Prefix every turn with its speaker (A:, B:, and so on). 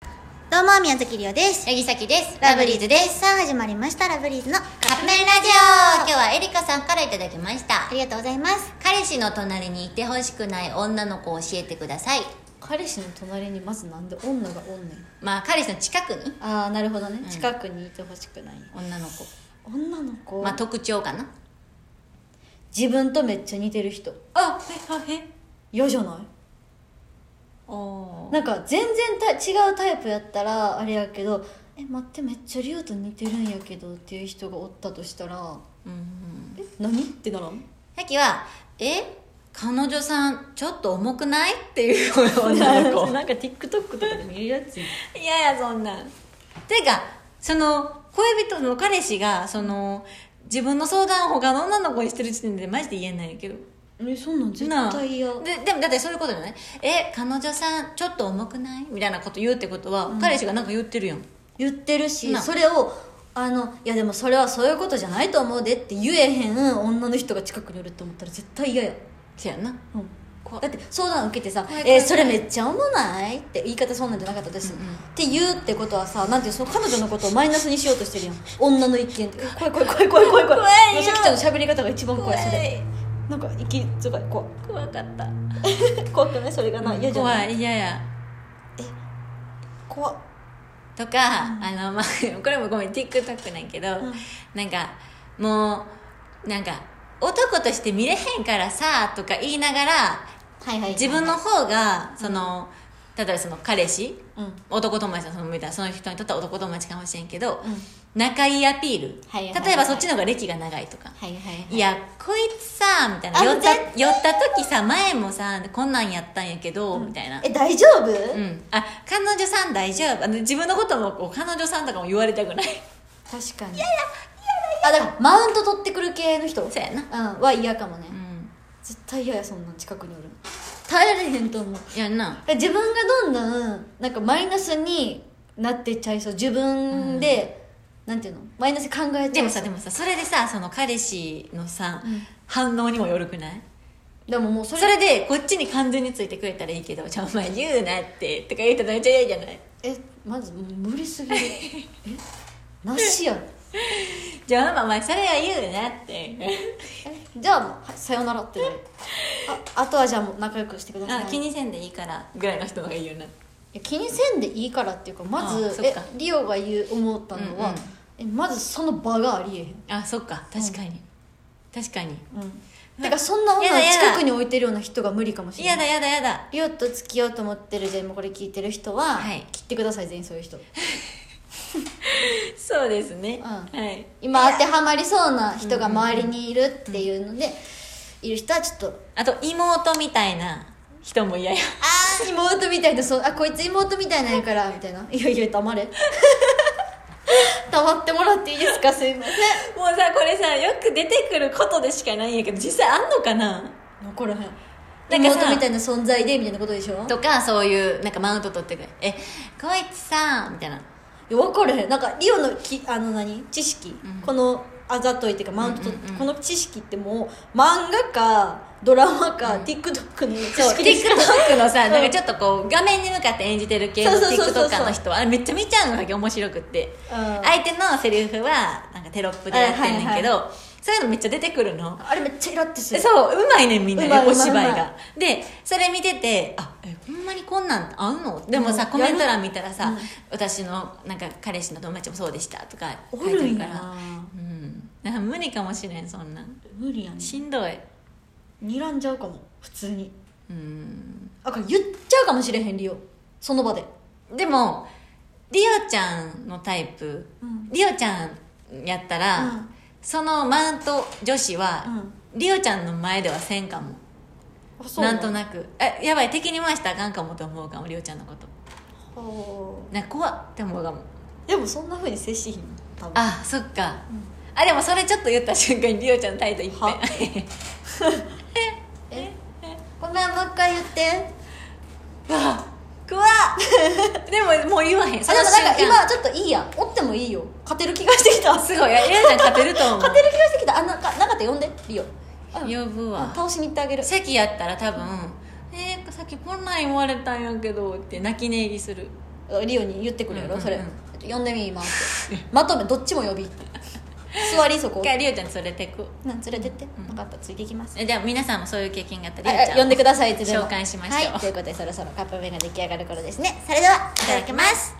A: どうも宮崎りおです
B: ヤギサキです。
A: ラブリーズですさあ始まりましたラブリーズの
B: カップ麺ラジオ今日はエリカさんからいただきまし
A: あ。
B: た
A: りがとうございます
B: 彼氏の隣にいてほしくない女の子を教えてください。
C: 彼氏の隣にまずなんで女がおんねん
B: まあ、彼氏の近くに
C: ああなるほどね、
B: ん
C: 近くにいてほしくない
B: 女の子。
C: 女の子、
B: まあ、特徴かな。
C: 自分とめっちゃ似てる人
B: あ、へ、へ、へ。
C: 嫌じゃない
B: お
C: なんか全然た違うタイプやったらあれやけどえ待ってめっちゃリオと似てるんやけどっていう人がおったとしたら
B: うんうん。
C: え何ってならん
B: ヤギは、え彼女さん、ちょっと重くないっていう女の子。
C: なんか TikTok とかで見るやつ
B: いやいや、そんなん。てか、その、恋人の彼氏が、その、自分の相談を他の女の子にしてる時点でマジで言えないけど。
C: えそんなん絶
B: なあ
C: 対嫌
B: ででもだってそういうことじゃないえ彼女さんちょっと重くないみたいなこと言うってことは、彼氏がなんか言ってるやん
C: 言ってるし
B: なあ
C: それをあのいやでもそれはそういうことじゃないと思うでって言えへん女の人が近くにいると思ったら絶対嫌や、
B: せやな
C: うん
B: こ
C: だって相談受けてさ
B: 怖
C: 「
B: い怖い
C: えーそれめっちゃ思わない?」って言い方そんなんじゃなかったです、って言うってことはさなんていうその彼女のことをマイナスにしようとしてるやん女の意見って怖い怖い怖い怖い怖い怖い
B: 怖いよ
C: さきちゃんの喋り方が一番怖いそ
B: 怖
C: れ
B: い
C: なんか息づかい怖い
B: 怖かった
C: 怖くないそれがな嫌じゃな
B: 怖
C: い
B: い嫌や
C: 怖っ
B: とか、あ のまあこれもごめん TikTok なんやけど、なんかもうなんか男として見れへんからさとか言いながら
C: はいはい
B: 自分の方がその、例えばその彼氏
C: うん
B: 男友達のそのみたいなその人にとっては男友達かもしれんけど、
C: うん
B: 仲いいアピール、
C: はいはいはい
B: 例えばそっちの方が歴が長いとか、
C: はいはいはい
B: いやこいつさみたいな
C: あ
B: 寄った
C: 絶
B: 寄った時さ前もさこんなんやったんやけど、みたいな
C: え大丈夫、
B: うんあ彼女さん大丈夫あの自分のこともこう彼女さんとかも言われたくない
C: 確かにいやいやいやあだからマウント取ってくる系の人
B: そうやな
C: うんは嫌かもね、
B: うん
C: 絶対嫌やそんなん近くにおるの耐えられへんと思う
B: いやな
C: 自分がどんどんなんかマイナスになってっちゃいそう自分で、なんていうのマイナスに考えちゃい
B: でもさでもさそれでさその彼氏のさ、
C: うん
B: 反応にもよるくない
C: でももうそ
B: そ
C: れ
B: れでこっちに完全についてくれたらいいけど「ちょお前言うなって」とか言うたらめっちゃ嫌じゃない
C: えまず無理すぎるえなしやん
B: じゃあお前それは言うなって
C: えじゃあもうはいさよならってなるああとはじゃあもう仲良くしてください
B: あ気にせんでいいからぐらいの人の方がいいよない
C: や気にせんでいいからっていうかま
B: あ
C: ず
B: そっ
C: え
B: か
C: リオが言う思ったのは、
B: うんうん
C: えまずその場がありえへん
B: あそっか確かに、確かに
C: うんてかそんな女
B: やだやだ
C: 近くに置いてるような人が無理かもしれない
B: やだやだやだ
C: リオと付き合おうと思ってるじゃあ今これ聞いてる人は、
B: はい
C: 切ってください全員そういう人
B: そうですね、
C: ん
B: はい
C: 今当てはまりそうな人が周りにいるっていうので、いる人はちょっと
B: あと妹みたいな人も嫌や
C: 「ああ妹みたいなそうあこいつ妹みたいなんやから」みたいな「いやいや黙 れ黙ってもらっていいですかすいません
B: もうさこれさよく出てくることでしかないんやけど実際あんのかな」
C: 残らへん
B: なんかさ
C: 妹みたいな存在でみたいなことでしょ
B: とかそういうなんかマウント取ってくるえこいつさみたいない
C: や分からへんなんかリオのきあの何知識、このあざといっていうかマウント取って、この知識ってもう漫画かドラマか、TikTok の知
B: そう
C: 識でしか
B: TikTok のさ
C: うん
B: なんかちょっとこう画面に向かって演じてる系の
C: そうそうそうそう
B: TikToker の人はあれめっちゃ見ちゃうのが面白くって
C: うん
B: 相手のセリフはなんかテロップでやってんねんけ
C: は
B: どそういうのめっちゃ出てくるの
C: あれめっちゃイラってす
B: で
C: る
B: そううまいねんみんな
C: うま
B: ね
C: いうま
B: お
C: い
B: 芝居
C: うま
B: がでそれ見ててあえほんまにこんなん合うのでもさ
C: うん
B: コメント
C: や
B: 欄見たらさ私のなんか彼氏の友達もそうでしたとか
C: お
B: 書いて
C: る
B: る
C: ん
B: か
C: や
B: ら
C: な
B: うんなんか無理かもしれんそんなん
C: 無理やね
B: しんどい
C: 睨んじゃうかも普通に
B: うん
C: だから言っちゃうかもしれへんリオその場で
B: でもリオちゃんのタイプ、
C: うん
B: リオちゃんやったら、
C: うん
B: そのマウント女子は、リオちゃんの前ではせんかも
C: あそう
B: なんと
C: な
B: なくえやばい敵に回したらあかんかもと思うかもリオちゃんのこと
C: ほ
B: なんか怖って思うかも
C: うでもそんなふうに接しひん多分
B: あそっか、あでもそれちょっと言った瞬間にリオちゃんの態度いっ
C: は
B: て
C: ごめんもう一回言って
B: 怖っ でももう言わへん
C: あ
B: そ
C: で
B: の
C: も
B: 瞬
C: なんか
B: 間
C: 今ちょっといいやおってもいいよ勝てる気がしてきた
B: すごいいやリオちゃん勝てると思 う
C: 勝てる気がしてきたあなんかなんかって呼んでリオ
B: 呼ぶわ
C: あ倒しに行ってあげる
B: 席やったら多分「えー、さっきこんなん言われたんやけど」って泣き寝入りする
C: リオに言ってくるやろ、
B: うんうんうん
C: それ「呼んでみ今」って 「まとめどっちも呼び」座りそこ
B: 一回りおちゃん連れてく
C: なん連れてって、分かったついていきます
B: えじゃあ皆さんもそういう経験があったり
C: はい呼んでくださいって
B: 紹介しましょう
C: はい、ということでそろそろカップ麺が出来上がる頃ですね
A: ねそれではいただきます